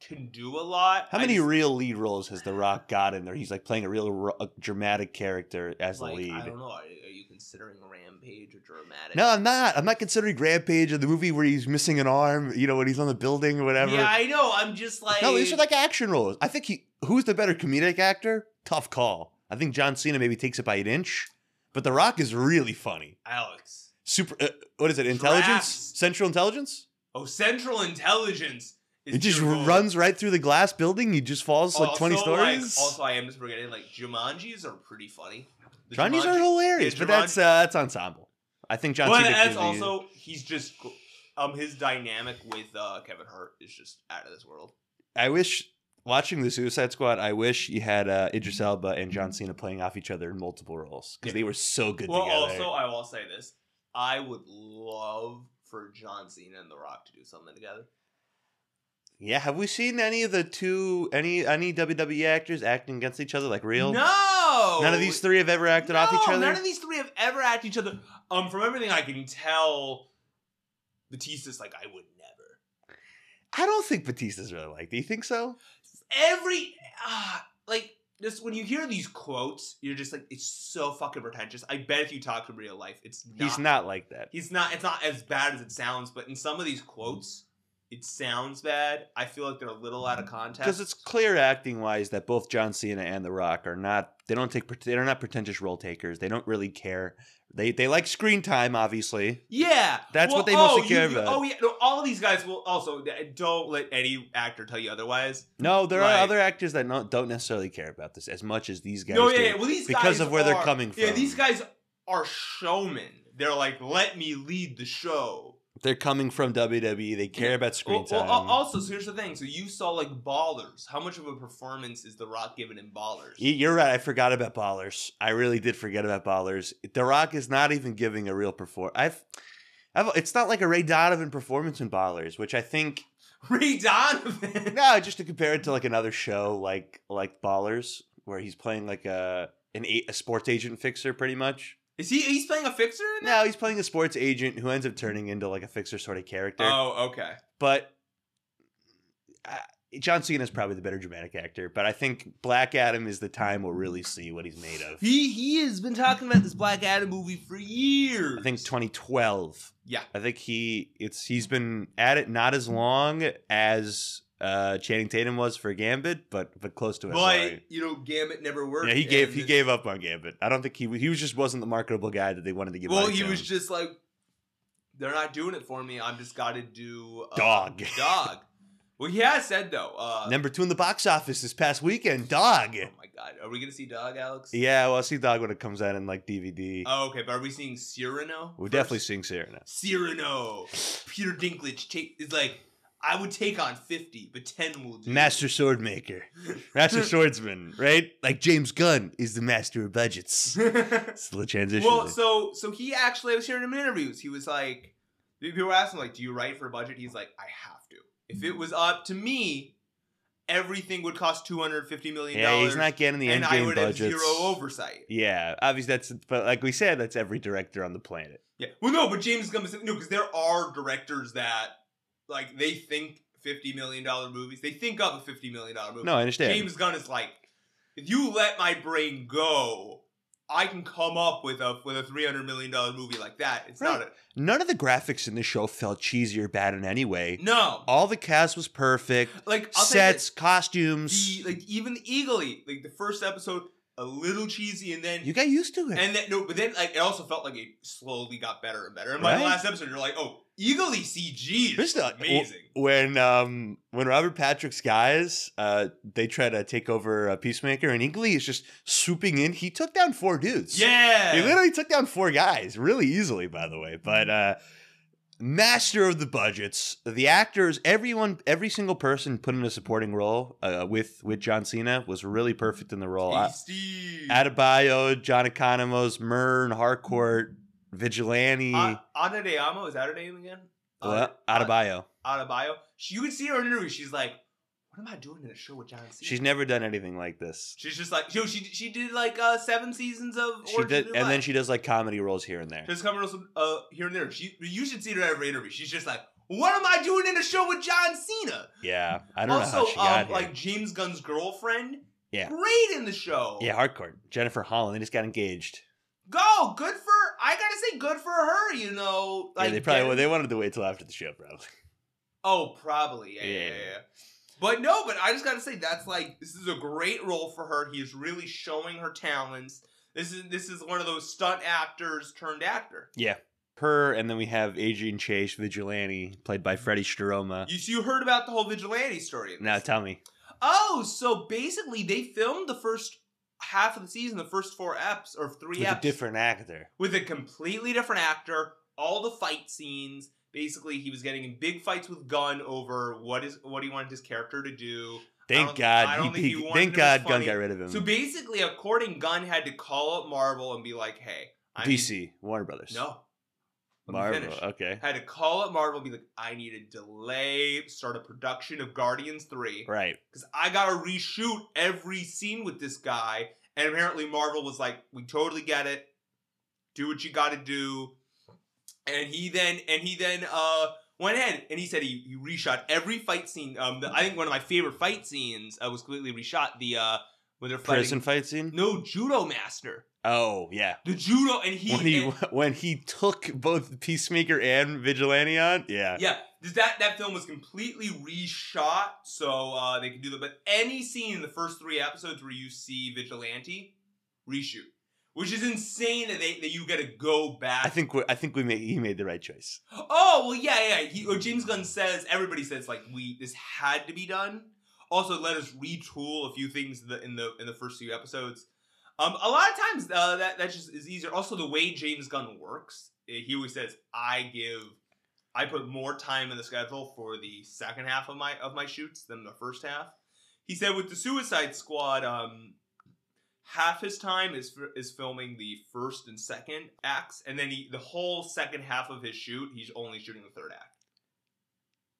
Speaker 2: can do a lot.
Speaker 3: How
Speaker 2: I
Speaker 3: many
Speaker 2: just-
Speaker 3: real lead roles has The Rock got in there? He's like playing a real ro- a dramatic character as
Speaker 2: like,
Speaker 3: the lead.
Speaker 2: I don't know. Are, are you considering Rampage or dramatic?
Speaker 3: No, I'm not. I'm not considering Rampage or the movie where he's missing an arm. You know when he's on the building or whatever.
Speaker 2: Yeah, I know. I'm just like.
Speaker 3: No, these are like action roles. I think he who's the better comedic actor? Tough call. I think John Cena maybe takes it by an inch, but The Rock is really funny.
Speaker 2: Alex.
Speaker 3: Super. Uh, what is it? Intelligence?
Speaker 2: Drafts.
Speaker 3: Central intelligence?
Speaker 2: Oh, Central Intelligence. Is
Speaker 3: It just
Speaker 2: your goal.
Speaker 3: runs right through the glass building. He just falls like twenty
Speaker 2: Also, like,
Speaker 3: stories.
Speaker 2: also, I am just forgetting. Like Jumanjis are pretty funny. The
Speaker 3: Johnny's are
Speaker 2: Jumanji-
Speaker 3: hilarious,
Speaker 2: yeah,
Speaker 3: but that's uh, that's ensemble. I think John
Speaker 2: But
Speaker 3: Cena.
Speaker 2: that's
Speaker 3: gives you-
Speaker 2: also he's just um his dynamic with uh Kevin Hart is just out of this world.
Speaker 3: I wish watching the Suicide Squad. I wish you had uh, Idris Elba and John Cena playing off each other in multiple roles because
Speaker 2: Yeah.
Speaker 3: they were so good
Speaker 2: Well,
Speaker 3: together.
Speaker 2: also, I will say this: I would love for John Cena and The Rock to do something together.
Speaker 3: Yeah, have we seen any of the two any any WWE actors acting against each other like real?
Speaker 2: No,
Speaker 3: None of these three have ever acted
Speaker 2: no,
Speaker 3: off each other.
Speaker 2: None of these three have ever acted each other. Um, from everything I can tell, Batista's like I would never.
Speaker 3: I don't think Batista's really like. Do you think so?
Speaker 2: Every ah, like just when you hear these quotes, you're just like it's so fucking pretentious. I bet if you talk to him in real life, it's
Speaker 3: He's not like that.
Speaker 2: He's not. It's not as bad as it sounds, but in some of these quotes, it sounds bad. I feel like they're a little out of context.
Speaker 3: because it's clear acting wise that both John Cena and The Rock are not they don't take pret- they're not pretentious role takers. They don't really care. They they like screen time, obviously.
Speaker 2: yeah,
Speaker 3: That's what they
Speaker 2: oh,
Speaker 3: mostly care
Speaker 2: you-
Speaker 3: about.
Speaker 2: Oh yeah, no, all these guys will also don't let any actor tell you otherwise.
Speaker 3: No, there
Speaker 2: Right.
Speaker 3: are other actors that no, don't necessarily care about this as much as these guys
Speaker 2: no,
Speaker 3: do.
Speaker 2: yeah, yeah. Well, these
Speaker 3: because
Speaker 2: guys
Speaker 3: of where they're
Speaker 2: are-
Speaker 3: coming
Speaker 2: Yeah,
Speaker 3: from.
Speaker 2: these guys are showmen. They're like, let me lead the show.
Speaker 3: They're coming from WWE. They care
Speaker 2: Yeah.
Speaker 3: about screen
Speaker 2: Well, well,
Speaker 3: time.
Speaker 2: al- also, so here's the thing. So you saw like Ballers. How much of a performance is The Rock giving in Ballers?
Speaker 3: Y- You're right. I forgot about Ballers. I really did forget about Ballers. The Rock is not even giving a real performance. I've, I've, it's not like a Ray Donovan performance in Ballers, which I think
Speaker 2: Ray Donovan.
Speaker 3: no, just to compare it to like another show like like Ballers, where he's playing like a an a, a sports agent fixer, pretty much.
Speaker 2: Is he? He's playing a fixer in that?
Speaker 3: No, he's playing a sports agent who ends up turning into like a fixer sort of character.
Speaker 2: Oh, okay.
Speaker 3: but uh, John Cena is probably the better dramatic actor. But I think Black Adam is the time we'll really see what he's made of.
Speaker 2: He he has been talking about this Black Adam movie for years.
Speaker 3: I think 2012.
Speaker 2: Yeah.
Speaker 3: I think he it's he's been at it not as long as uh Channing Tatum was for Gambit, but but close to it.
Speaker 2: but
Speaker 3: sorry.
Speaker 2: you know, Gambit never worked.
Speaker 3: Yeah, he gave
Speaker 2: and
Speaker 3: he
Speaker 2: this-
Speaker 3: gave up on Gambit. I don't think he he was just wasn't the marketable guy that they wanted to give.
Speaker 2: Well,
Speaker 3: out
Speaker 2: he
Speaker 3: to
Speaker 2: was
Speaker 3: him.
Speaker 2: just like, they're not doing it for me. I'm just got to do uh,
Speaker 3: Dog.
Speaker 2: Dog. Well, he has said though. Uh,
Speaker 3: number two in the box office this past weekend. Dog.
Speaker 2: Oh my God, are we gonna see Dog, Alex?
Speaker 3: Yeah, well, I'll see Dog when it comes out in like DVD.
Speaker 2: Oh, okay, but are we seeing Cyrano?
Speaker 3: We're
Speaker 2: first?
Speaker 3: definitely seeing Sarah now.
Speaker 2: Cyrano. Peter Dinklage take is like, I would take on fifty, but ten will do.
Speaker 3: Master swordmaker, master swordsman, right? Like James Gunn is the master of budgets. It's the transition.
Speaker 2: Well,
Speaker 3: there.
Speaker 2: so so he actually I was hearing him in interviews. He was like, people were asking like, "Do you write for a budget?" He's like, "I have to. If
Speaker 3: Hmm.
Speaker 2: it was up to me, everything would cost two hundred fifty million
Speaker 3: yeah,
Speaker 2: dollars,
Speaker 3: he's not getting the
Speaker 2: and
Speaker 3: end
Speaker 2: I
Speaker 3: game
Speaker 2: would
Speaker 3: budgets.
Speaker 2: have zero oversight."
Speaker 3: Yeah, obviously that's, but like we said, that's every director on the planet.
Speaker 2: Yeah. Well, no, but James Gunn, is- no, because there are directors that like they think fifty million dollar movies. They think up a fifty million dollar movie.
Speaker 3: No, I understand.
Speaker 2: James Gunn is like, if you let my brain go. I can come up with a with a three hundred million dollar movie like that. It's not a
Speaker 3: None of the graphics in the show felt cheesy or bad in any way.
Speaker 2: no.
Speaker 3: All the cast was perfect.
Speaker 2: like I'll tell you
Speaker 3: Sets, costumes.
Speaker 2: this, the, like even eagerly like the first episode a little cheesy and then
Speaker 3: you got used to it.
Speaker 2: and then no but then like it also felt like it slowly got better and better and by the
Speaker 3: Right?
Speaker 2: last episode you're like oh eagerly CG is
Speaker 3: This is not-
Speaker 2: amazing
Speaker 3: when um when Robert Patrick's guys uh they try to take over uh, Peacemaker and Ingley is just swooping in. He took down four dudes.
Speaker 2: yeah
Speaker 3: He literally took down four guys really easily, by the way. But uh
Speaker 2: Mm-hmm.
Speaker 3: master of the budgets, the actors, everyone, every single person put in a supporting role uh, with with John Cena was really perfect in the role.
Speaker 2: Hey,
Speaker 3: I-
Speaker 2: Steve
Speaker 3: Adebayo, John Economos, Mern, Harcourt, Vigilante,
Speaker 2: A- Adeyemo is that her name again
Speaker 3: uh, Adebayo.
Speaker 2: Ad- Adebayo she, you can see her in interviews she's like what am I doing in a show with John Cena
Speaker 3: She's never done anything like this.
Speaker 2: she's just like yo she she did like uh seven seasons of
Speaker 3: She
Speaker 2: Orange is the
Speaker 3: did,
Speaker 2: New
Speaker 3: and
Speaker 2: Black.
Speaker 3: then she does like comedy roles here and there.
Speaker 2: Just coming up uh, here and there. She, you should see her at every interview. She's just like, "What am I doing in a show with John Cena?"
Speaker 3: Yeah, I don't know
Speaker 2: Also,
Speaker 3: how she got
Speaker 2: um,
Speaker 3: here.
Speaker 2: like James Gunn's girlfriend,
Speaker 3: Yeah.
Speaker 2: great in the show.
Speaker 3: yeah, hardcore. Jennifer Holland. They just got engaged.
Speaker 2: go good for. I gotta say, good for her. You know, like
Speaker 3: yeah, they probably
Speaker 2: get-
Speaker 3: well, they wanted to wait till after the show, probably.
Speaker 2: Oh, probably. Yeah, yeah,
Speaker 3: Yeah.
Speaker 2: yeah. yeah. But no, but I just gotta say that's like this is a great role for her. He is really showing her talents. This is this is one of those stunt actors turned actor.
Speaker 3: Yeah, her, and then we have Adrian Chase, Vigilante, played by Freddie Stroma.
Speaker 2: You you heard about the whole vigilante story. in
Speaker 3: Now
Speaker 2: this.
Speaker 3: tell me,
Speaker 2: Oh, so basically they filmed the first half of the season, the first four eps or three
Speaker 3: with
Speaker 2: eps,
Speaker 3: a different actor,
Speaker 2: with a completely different actor. All the fight scenes, basically, he was getting in big fights with Gunn over what is what he wanted his character to do.
Speaker 3: thank
Speaker 2: don't- I
Speaker 3: God,
Speaker 2: don't
Speaker 3: he,
Speaker 2: think he
Speaker 3: he-
Speaker 2: wanted
Speaker 3: thank
Speaker 2: him as
Speaker 3: God, Gunn
Speaker 2: funny.
Speaker 3: got rid of him.
Speaker 2: So basically, according Gunn had to call up Marvel and be like, "Hey, I need-
Speaker 3: DC Warner Brothers.
Speaker 2: no, Let me
Speaker 3: Marvel.
Speaker 2: finish.
Speaker 3: Okay,
Speaker 2: Had to call up Marvel and be like, "I need a delay, start a production of Guardians 3.
Speaker 3: right.
Speaker 2: because I gotta reshoot every scene with this guy. And apparently, Marvel was like, "We totally get it. Do what you gotta do." And he then and he then uh went ahead and he said he, he reshot every fight scene. Um, the, I think one of my favorite fight scenes uh, was completely reshot. The uh when they're fighting.
Speaker 3: Prison fight scene.
Speaker 2: No judo master.
Speaker 3: Oh yeah,
Speaker 2: The Juno and he,
Speaker 3: when he
Speaker 2: and-
Speaker 3: when he took both Peacemaker and Vigilante on. Yeah,
Speaker 2: yeah, does that that film was completely reshot so uh, they could do that. But any scene in the first three episodes where you see Vigilante, reshoot, which is insane that they that you got to go back.
Speaker 3: I think we I think we made he made the right choice.
Speaker 2: Oh well, yeah, yeah. He, or James Gunn says everybody says like we this had to be done. Also, let us retool a few things in the in the, in the first few episodes. Um, a lot of times uh, that that just is easier. Also, the way James Gunn works, eh, he always says, "I give, I put more time in the schedule for the second half of my of my shoots than the first half." He said with the Suicide Squad, um, half his time is is filming the first and second acts, and then he, the whole second half of his shoot, he's only shooting the third act.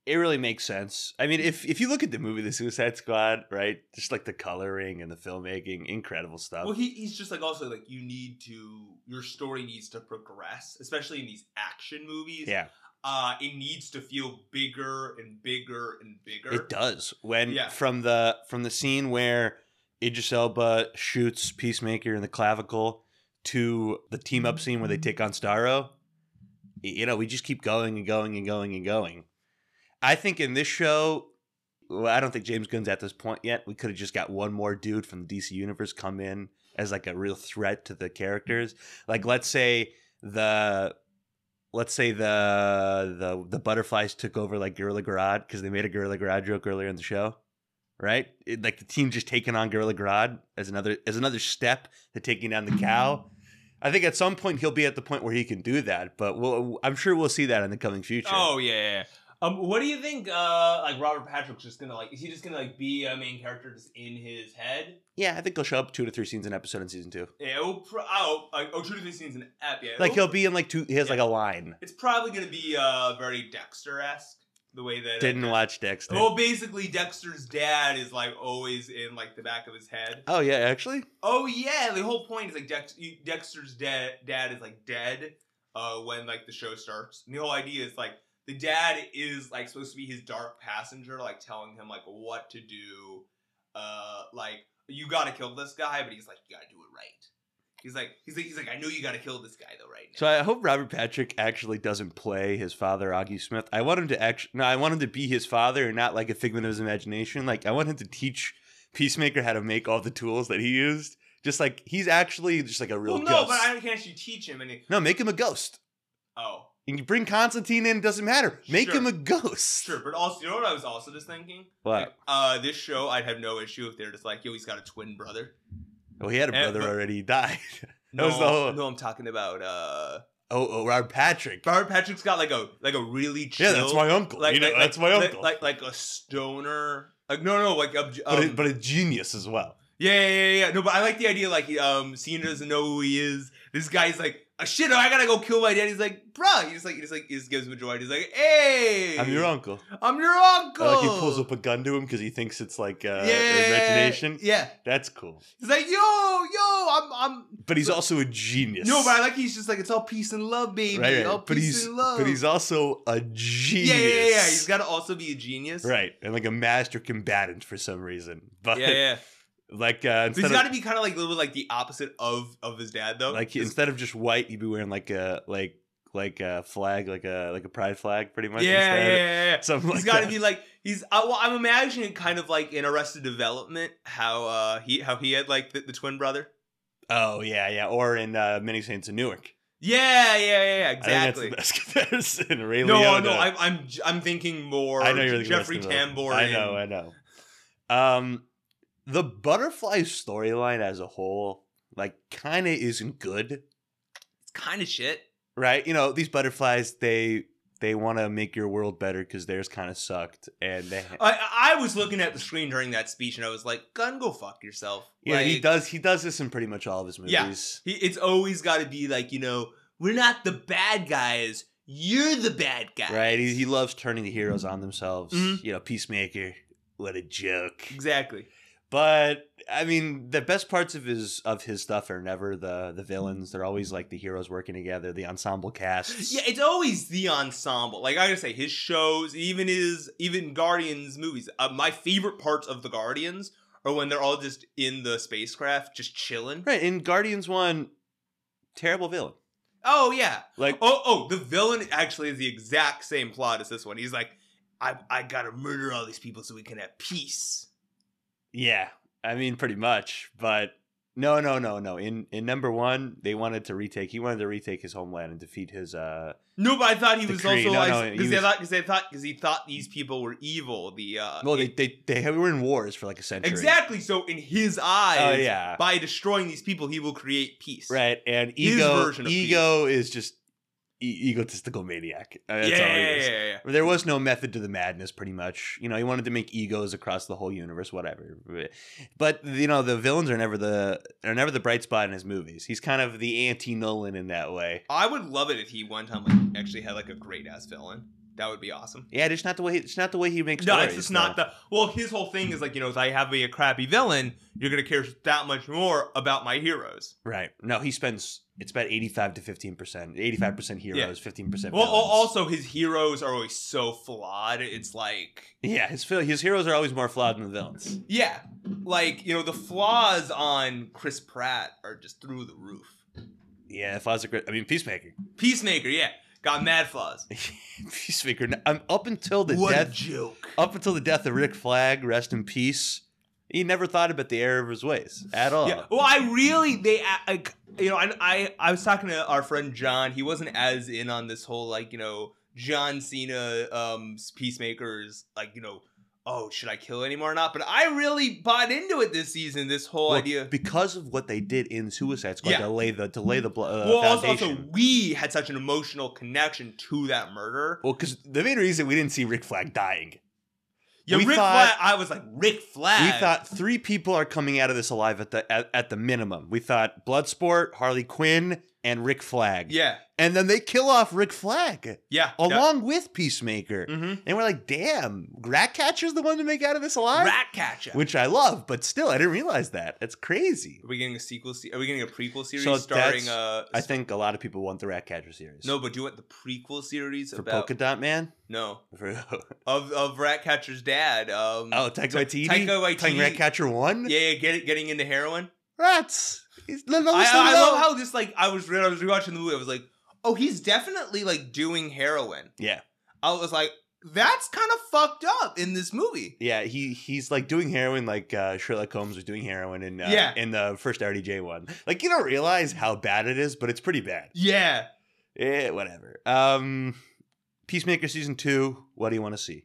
Speaker 3: It really makes sense. I mean, if if you look at the movie The Suicide Squad, right? Just like the coloring and the filmmaking, incredible stuff.
Speaker 2: Well, he, he's just like also like you need to your story needs to progress, especially in these action movies.
Speaker 3: yeah,
Speaker 2: uh, it needs to feel bigger and bigger and bigger.
Speaker 3: It does. When
Speaker 2: Yeah.
Speaker 3: from the from the scene where Idris Elba shoots Peacemaker in the clavicle to the team up scene where they take on Starro, y- you know, we just keep going and going and going and going. I think in this show, well, I don't think James Gunn's at this point yet. We could have just got one more dude from the DC universe come in as like a real threat to the characters. Like let's say the let's say the the the butterflies took over like Gorilla Grodd because they made a Gorilla Grodd joke earlier in the show, right? It- like the team just taking on Gorilla Grodd as another as another step to taking down the cow. I think at some point he'll be at the point where he can do that, but we'll, I'm sure we'll see that in the coming future.
Speaker 2: Oh yeah. yeah, yeah. Um, what do you think? Uh, like Robert Patrick's just gonna like is he just gonna like be a main character just in his head?
Speaker 3: yeah, I think he'll show up two to three scenes an episode in season two.
Speaker 2: Yeah, it'll pro- oh, like oh, True to Scene's an app. Yeah,
Speaker 3: Like
Speaker 2: it'll-
Speaker 3: he'll be in like two. He has like a line.
Speaker 2: It's probably gonna be uh very Dexter esque the way that uh,
Speaker 3: Didn't
Speaker 2: Dex-
Speaker 3: watch Dexter.
Speaker 2: Well, basically, Dexter's dad is like always in like the back of his head.
Speaker 3: Oh yeah, actually.
Speaker 2: Oh yeah, the whole point is like Dex- you- Dexter's dad dad is like dead uh, when like the show starts, and the whole idea is like the dad is like supposed to be his dark passenger, like telling him like what to do, uh, like you gotta kill this guy, but he's like you gotta do it right. He's like he's like he's like I know you gotta kill this guy though right now.
Speaker 3: So I hope Robert Patrick actually doesn't play his father, Augie Smith. I want him to actually, no, I want him to be his father and not like a figment of his imagination. Like, I want him to teach Peacemaker how to make all the tools that he used. Just like, he's actually just like a real
Speaker 2: well, no,
Speaker 3: ghost.
Speaker 2: but I can actually teach him, and he,
Speaker 3: no, make him a ghost.
Speaker 2: oh.
Speaker 3: And you bring Constantine in, doesn't matter. Make
Speaker 2: Sure.
Speaker 3: him a ghost.
Speaker 2: Sure, but also, you know what I was also just thinking?
Speaker 3: What?
Speaker 2: Uh, this show, I'd have no issue if they're just like, yo, he's got a twin brother.
Speaker 3: Well, Oh, he had a
Speaker 2: Eh,
Speaker 3: brother
Speaker 2: but-
Speaker 3: already. He died. That
Speaker 2: No,
Speaker 3: was the whole-
Speaker 2: no, I'm talking about uh,
Speaker 3: Oh, oh, Robert Patrick.
Speaker 2: Robert Patrick's got like a like a really chill,
Speaker 3: yeah, that's my uncle.
Speaker 2: like,
Speaker 3: you know,
Speaker 2: like-
Speaker 3: that's my
Speaker 2: like-
Speaker 3: uncle.
Speaker 2: like, like a stoner. Like no, no, like um,
Speaker 3: but, a, but a genius as well.
Speaker 2: yeah, yeah, yeah, yeah. No, but I like the idea like he, um, Cena doesn't know who he is. This guy's like, oh, shit, I gotta go kill my dad. He's like, bruh, he's like, he's like, he just gives him a joy. He's like, hey,
Speaker 3: I'm your uncle.
Speaker 2: I'm your uncle.
Speaker 3: Like he pulls up a gun to him because he thinks it's like uh, imagination.
Speaker 2: Yeah,
Speaker 3: That's cool.
Speaker 2: He's like, yo, yo, I'm, I'm.
Speaker 3: But he's also a genius.
Speaker 2: No, but I like he's just like it's all peace and love, baby.
Speaker 3: right,
Speaker 2: All
Speaker 3: right. But
Speaker 2: peace
Speaker 3: he's
Speaker 2: and love.
Speaker 3: but he's also a
Speaker 2: yeah,
Speaker 3: genius.
Speaker 2: yeah, yeah, yeah. He's got to also be a genius.
Speaker 3: right and like a master combatant for some reason. But
Speaker 2: Yeah, yeah.
Speaker 3: like uh,
Speaker 2: So he's
Speaker 3: instead
Speaker 2: got to
Speaker 3: of,
Speaker 2: be kind of like a little bit like the opposite of of his dad, though.
Speaker 3: like
Speaker 2: Just-
Speaker 3: instead of just white, you'd be wearing like a like like a flag, like a like a pride flag, pretty much.
Speaker 2: yeah, yeah,
Speaker 3: instead.
Speaker 2: yeah, yeah.
Speaker 3: Something
Speaker 2: He's
Speaker 3: like
Speaker 2: got to
Speaker 3: that.
Speaker 2: be like he's. Uh, well, I'm imagining kind of like in Arrested Development how uh he how he had like the, the twin brother.
Speaker 3: Oh yeah, yeah. Or in uh, Many Saints of Newark.
Speaker 2: Yeah, yeah, yeah, yeah.
Speaker 3: I
Speaker 2: Exactly.
Speaker 3: think that's the best comparison. Ray
Speaker 2: No,
Speaker 3: Liotta.
Speaker 2: no, I'm I'm I'm thinking more.
Speaker 3: I know you're thinking
Speaker 2: Jeffrey
Speaker 3: Arrested Development.
Speaker 2: Tambor.
Speaker 3: I know, I know. Um, the butterfly storyline as a whole, like, kind of isn't good,
Speaker 2: It's kind of shit.
Speaker 3: right? You know, these butterflies, they they want to make your world better because theirs kind of sucked, and they.
Speaker 2: I, I was looking at the screen during that speech and I was like, "Gun, go fuck yourself."
Speaker 3: yeah,
Speaker 2: like,
Speaker 3: he does. He does this in pretty much all of his
Speaker 2: Yeah.
Speaker 3: movies.
Speaker 2: he- it's always got to be like, you know, we're not the bad guys. You're the bad guy.
Speaker 3: Right, he, he loves turning the heroes on themselves.
Speaker 2: Mhm.
Speaker 3: You know, Peacemaker, what a joke.
Speaker 2: Exactly.
Speaker 3: But I mean, the best parts of his of his stuff are never the the villains. They're always like the heroes working together, the ensemble casts.
Speaker 2: Yeah, it's always the ensemble. Like I gotta say, his shows, even his even Guardians movies. Uh, my favorite parts of the Guardians are when they're all just in the spacecraft, just chilling.
Speaker 3: Right, in Guardians 1, terrible villain.
Speaker 2: Oh yeah.
Speaker 3: Like
Speaker 2: Oh oh, the villain actually is the exact same plot as this one. He's like, I I gotta murder all these people so we can have peace.
Speaker 3: yeah, I mean pretty much, but no, no, no, no. In in number 1, they wanted to retake he wanted to retake his homeland and defeat his uh
Speaker 2: No, but I thought he
Speaker 3: The
Speaker 2: was
Speaker 3: Kree.
Speaker 2: also
Speaker 3: No, no,
Speaker 2: like
Speaker 3: he
Speaker 2: because they
Speaker 3: was-
Speaker 2: thought because they thought because he thought these people were evil. The uh,
Speaker 3: well, they, they they were in wars for like a century.
Speaker 2: exactly. So in his eyes,
Speaker 3: Oh yeah.
Speaker 2: by destroying these people, he will create peace.
Speaker 3: Right, and
Speaker 2: His
Speaker 3: ego
Speaker 2: version of
Speaker 3: ego is just e- egotistical maniac. Uh, That's
Speaker 2: yeah,
Speaker 3: all he
Speaker 2: yeah,
Speaker 3: is.
Speaker 2: yeah, yeah, yeah.
Speaker 3: There was no method to the madness, pretty much. You know, he wanted to make egos across the whole universe, whatever. But you know, the villains are never the are never the bright spot in his movies. He's kind of the anti Nolan in that way.
Speaker 2: I would love it if he one time like actually had like a great ass villain. That would be awesome.
Speaker 3: Yeah, it's not the way it's not the way he makes.
Speaker 2: No,
Speaker 3: stories,
Speaker 2: it's just not
Speaker 3: though.
Speaker 2: the well. His whole thing is like you know, if I have a crappy villain, you're gonna care that much more about my heroes.
Speaker 3: right. No, he spends it's about eighty five to fifteen percent, eighty five percent heroes, fifteen percent.
Speaker 2: Mm, Well, al- also his heroes are always so flawed. It's like
Speaker 3: yeah, his fil- his heroes are always more flawed than the villains.
Speaker 2: yeah, like you know, the flaws on Chris Pratt are just through the roof.
Speaker 3: Yeah, flaws are great. I mean, Peacemaker,
Speaker 2: Peacemaker, yeah, got mad flaws.
Speaker 3: Peacemaker. I'm up until the
Speaker 2: what
Speaker 3: death
Speaker 2: a joke.
Speaker 3: up until the death of Rick Flag, rest in peace, he never thought about the error of his ways at all.
Speaker 2: Yeah. Well, I really they a- like you know I, I I was talking to our friend John. He wasn't as in on this whole like you know John Cena um peacemakers like you know oh should I kill anymore or not? But I really bought into it this season. This whole
Speaker 3: Well,
Speaker 2: idea.
Speaker 3: because of what they did in Suicide Squad
Speaker 2: Yeah.
Speaker 3: to lay the to lay the bl- uh,
Speaker 2: well, also,
Speaker 3: foundation.
Speaker 2: also we had such an emotional connection to that murder.
Speaker 3: well, because the main reason we didn't see Rick Flag dying,
Speaker 2: Yeah,
Speaker 3: we
Speaker 2: Rick
Speaker 3: thought-
Speaker 2: Flag. I was like Rick Flag.
Speaker 3: we thought three people are coming out of this alive at the at, at the minimum. We thought Bloodsport, Harley Quinn, and Rick Flag.
Speaker 2: Yeah.
Speaker 3: and then they kill off Rick Flag
Speaker 2: Yeah.
Speaker 3: along with Peacemaker,
Speaker 2: hmm
Speaker 3: and we're like, damn, Ratcatcher's the one to make out of this alive.
Speaker 2: Ratcatcher.
Speaker 3: which I love, but still, I didn't realize that. That's crazy.
Speaker 2: Are we getting a sequel? Se- are we getting a prequel series
Speaker 3: So
Speaker 2: starring
Speaker 3: that's-
Speaker 2: uh?
Speaker 3: I think a lot of people want the Ratcatcher series.
Speaker 2: No, but do you want the prequel series
Speaker 3: for
Speaker 2: about
Speaker 3: Polka Dot Man.
Speaker 2: no
Speaker 3: For,
Speaker 2: of of Ratcatcher's dad? Um,
Speaker 3: oh, Taika Waititi.
Speaker 2: Taika Waititi.
Speaker 3: playing Ratcatcher One.
Speaker 2: yeah, yeah get, getting into heroin.
Speaker 3: Rats. He's, no, no,
Speaker 2: I,
Speaker 3: listen,
Speaker 2: I, I
Speaker 3: no.
Speaker 2: love how this like I was re- I was rewatching the movie. I was like, oh, he's definitely like doing heroin.
Speaker 3: Yeah,
Speaker 2: I was like, that's kind of fucked up in this movie.
Speaker 3: yeah. He he's like doing heroin, like uh, Sherlock Holmes was doing heroin in uh,
Speaker 2: Yeah.
Speaker 3: in the first RDJ one. Like you don't realize how bad it is, but it's pretty bad.
Speaker 2: Yeah,
Speaker 3: Eh, whatever. Um, Peacemaker season two. What do you want to see?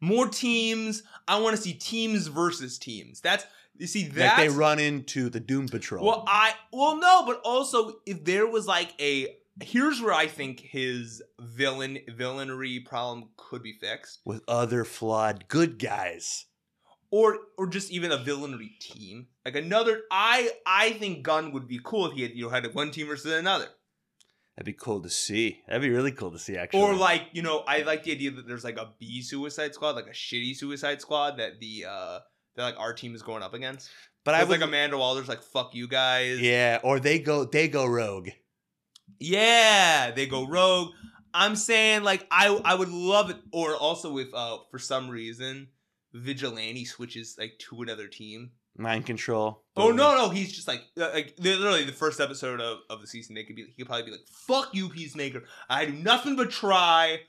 Speaker 2: more teams. I want to see teams versus teams. That's you see
Speaker 3: Like
Speaker 2: that
Speaker 3: they run into the Doom Patrol.
Speaker 2: Well, I well no, but also if there was like a here's where I think his villain villainry problem could be fixed,
Speaker 3: with other flawed good guys.
Speaker 2: or or just even a villainry team. Like another, I I think Gunn would be cool if he had you know, had one team versus another,
Speaker 3: That'd be cool to see. That'd be really cool to see, actually.
Speaker 2: or like you know I like the idea that there's like a B Suicide Squad, like a shitty Suicide Squad that the uh that like our team is going up against.
Speaker 3: but
Speaker 2: But
Speaker 3: I
Speaker 2: I was
Speaker 3: would,
Speaker 2: like Amanda Waller's like fuck you guys.
Speaker 3: yeah, or they go, they go rogue.
Speaker 2: Yeah, they go rogue. I'm saying like I I would love it. Or also if uh for some reason Vigilante switches like to another team.
Speaker 3: Mind control.
Speaker 2: Oh
Speaker 3: Boom.
Speaker 2: no no he's just like uh, like literally the first episode of, of the season they could be he could probably be like fuck you peacemaker I do nothing but try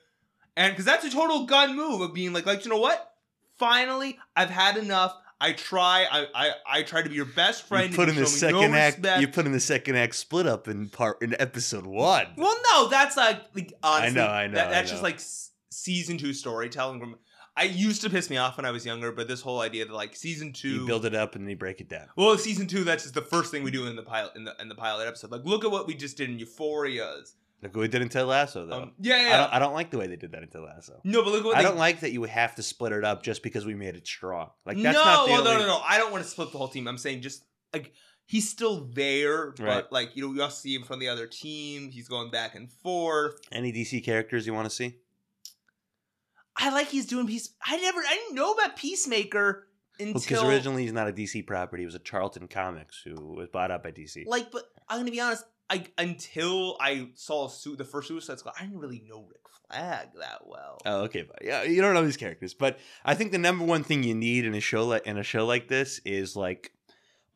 Speaker 2: and because that's a total gun move of being like like you know what finally I've had enough I try I I, I try to be your best friend
Speaker 3: You put
Speaker 2: and
Speaker 3: in
Speaker 2: you
Speaker 3: the
Speaker 2: show me no
Speaker 3: second act.
Speaker 2: respect.
Speaker 3: You put in the second act split up in part in episode one.
Speaker 2: Well, no, that's like, like honestly,
Speaker 3: know, I know,
Speaker 2: that-
Speaker 3: I
Speaker 2: that's just
Speaker 3: know.
Speaker 2: like s- season two storytelling. From I used to piss me off when I was younger, but this whole idea that like season two,
Speaker 3: You build it up and then you break it down.
Speaker 2: well, season two, that's just the first thing we do in the pilot in the in the pilot episode. Like, look at what we just did in Euphoria's.
Speaker 3: Look what we did in Ted Lasso, though.
Speaker 2: Um, yeah, yeah,
Speaker 3: I, don't, I don't like the way they did that in Ted Lasso.
Speaker 2: no, but look at what
Speaker 3: I
Speaker 2: they,
Speaker 3: don't like that you have to split it up just because we made it strong. Like
Speaker 2: no,
Speaker 3: that's not the
Speaker 2: well,
Speaker 3: only.
Speaker 2: no, no, no. I don't want to split the whole team. I'm saying just like he's still there,
Speaker 3: Right.
Speaker 2: but like you know, we also see him from the other team. He's going back and forth.
Speaker 3: Any DC characters you want to see?
Speaker 2: I like he's doing peace. I never, I didn't know about Peacemaker
Speaker 3: Because
Speaker 2: until
Speaker 3: originally he's not a DC property; it was a Charlton Comics who was bought out by DC.
Speaker 2: Like, but I'm gonna be honest. I until I saw su- the first Suicide Squad, I didn't really know Rick Flag that well.
Speaker 3: Oh, okay. But yeah, you don't know these characters, but I think the number one thing you need in a show like in a show like this is like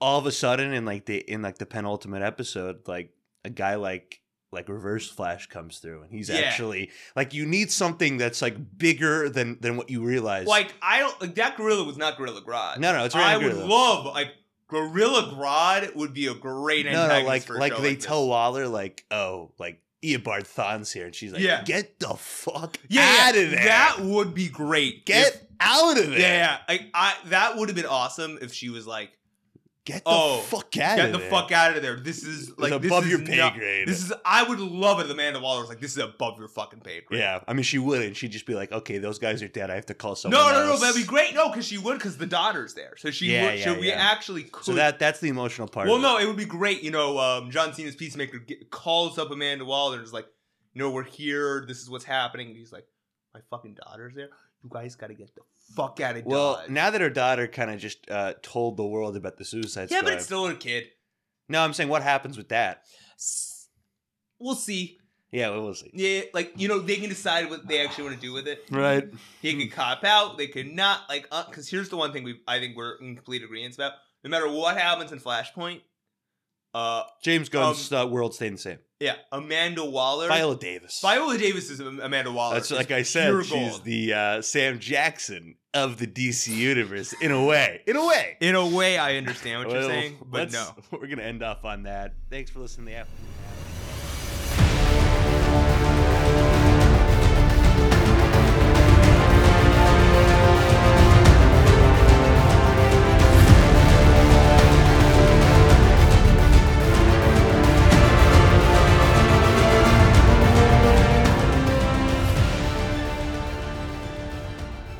Speaker 3: all of a sudden in like the in like the penultimate episode, like a guy like like Reverse Flash comes through and he's
Speaker 2: Yeah.
Speaker 3: actually like you need something that's like bigger than than what you realize.
Speaker 2: Like I don't like that gorilla was not Gorilla Grodd.
Speaker 3: no, no, it's
Speaker 2: I
Speaker 3: right.
Speaker 2: would love like Gorilla Grodd would be a great
Speaker 3: no, no,
Speaker 2: antagonist
Speaker 3: like
Speaker 2: for a
Speaker 3: like
Speaker 2: show
Speaker 3: they
Speaker 2: like this.
Speaker 3: tell Waller like oh like Eobard Thawne's here and she's like
Speaker 2: Yeah.
Speaker 3: get the fuck
Speaker 2: yeah,
Speaker 3: out of there
Speaker 2: That would be great.
Speaker 3: get
Speaker 2: If-
Speaker 3: out of there
Speaker 2: yeah, yeah, like I that would have been awesome if she was like
Speaker 3: get the
Speaker 2: Oh,
Speaker 3: fuck out
Speaker 2: get
Speaker 3: of
Speaker 2: the
Speaker 3: there
Speaker 2: fuck out of there. This is like
Speaker 3: it's
Speaker 2: this
Speaker 3: above
Speaker 2: is
Speaker 3: your pay
Speaker 2: not-
Speaker 3: grade
Speaker 2: This is I would love it. if Amanda Waller was like this is above your fucking pay grade.
Speaker 3: yeah I mean she wouldn't she'd just be like okay those guys are dead I have to call someone
Speaker 2: No, no, no,
Speaker 3: else.
Speaker 2: that'd be great. No, because she would, because the daughter's there, so she
Speaker 3: Yeah,
Speaker 2: would. so
Speaker 3: yeah,
Speaker 2: we
Speaker 3: yeah.
Speaker 2: actually could.
Speaker 3: so that that's the emotional part
Speaker 2: well,
Speaker 3: of it.
Speaker 2: no, it would be great. You know, um, John Cena's peacemaker get, calls up Amanda Waller and is like, "You know, we're here. This is what's happening." And he's like, "My fucking daughter's there. You guys got to get the fuck out of
Speaker 3: Well,
Speaker 2: Dodge."
Speaker 3: now that her daughter kind of just uh, told the world about the Suicide
Speaker 2: yeah,
Speaker 3: Squad.
Speaker 2: but it's still a kid.
Speaker 3: no, I'm saying what happens with that?
Speaker 2: S- We'll see.
Speaker 3: Yeah, we'll we'll see.
Speaker 2: Yeah, like you know, they can decide what they actually want to do with it.
Speaker 3: Right.
Speaker 2: He could cop out. They could not. Like, because here's the one thing we I think we're in complete agreement about. No matter what happens in Flashpoint, uh,
Speaker 3: James Gunn's
Speaker 2: Um,
Speaker 3: uh, world staying the same.
Speaker 2: yeah, Amanda Waller,
Speaker 3: Viola Davis.
Speaker 2: Viola Davis is Am- Amanda Waller.
Speaker 3: That's
Speaker 2: She's
Speaker 3: like I
Speaker 2: pure
Speaker 3: said. She's
Speaker 2: gold.
Speaker 3: the uh, Sam Jackson of the DC universe in a way. In a way.
Speaker 2: in a way, I understand what you're
Speaker 3: Well,
Speaker 2: saying, but
Speaker 3: let's-
Speaker 2: no.
Speaker 3: We're gonna end off on that. Thanks for listening to the app.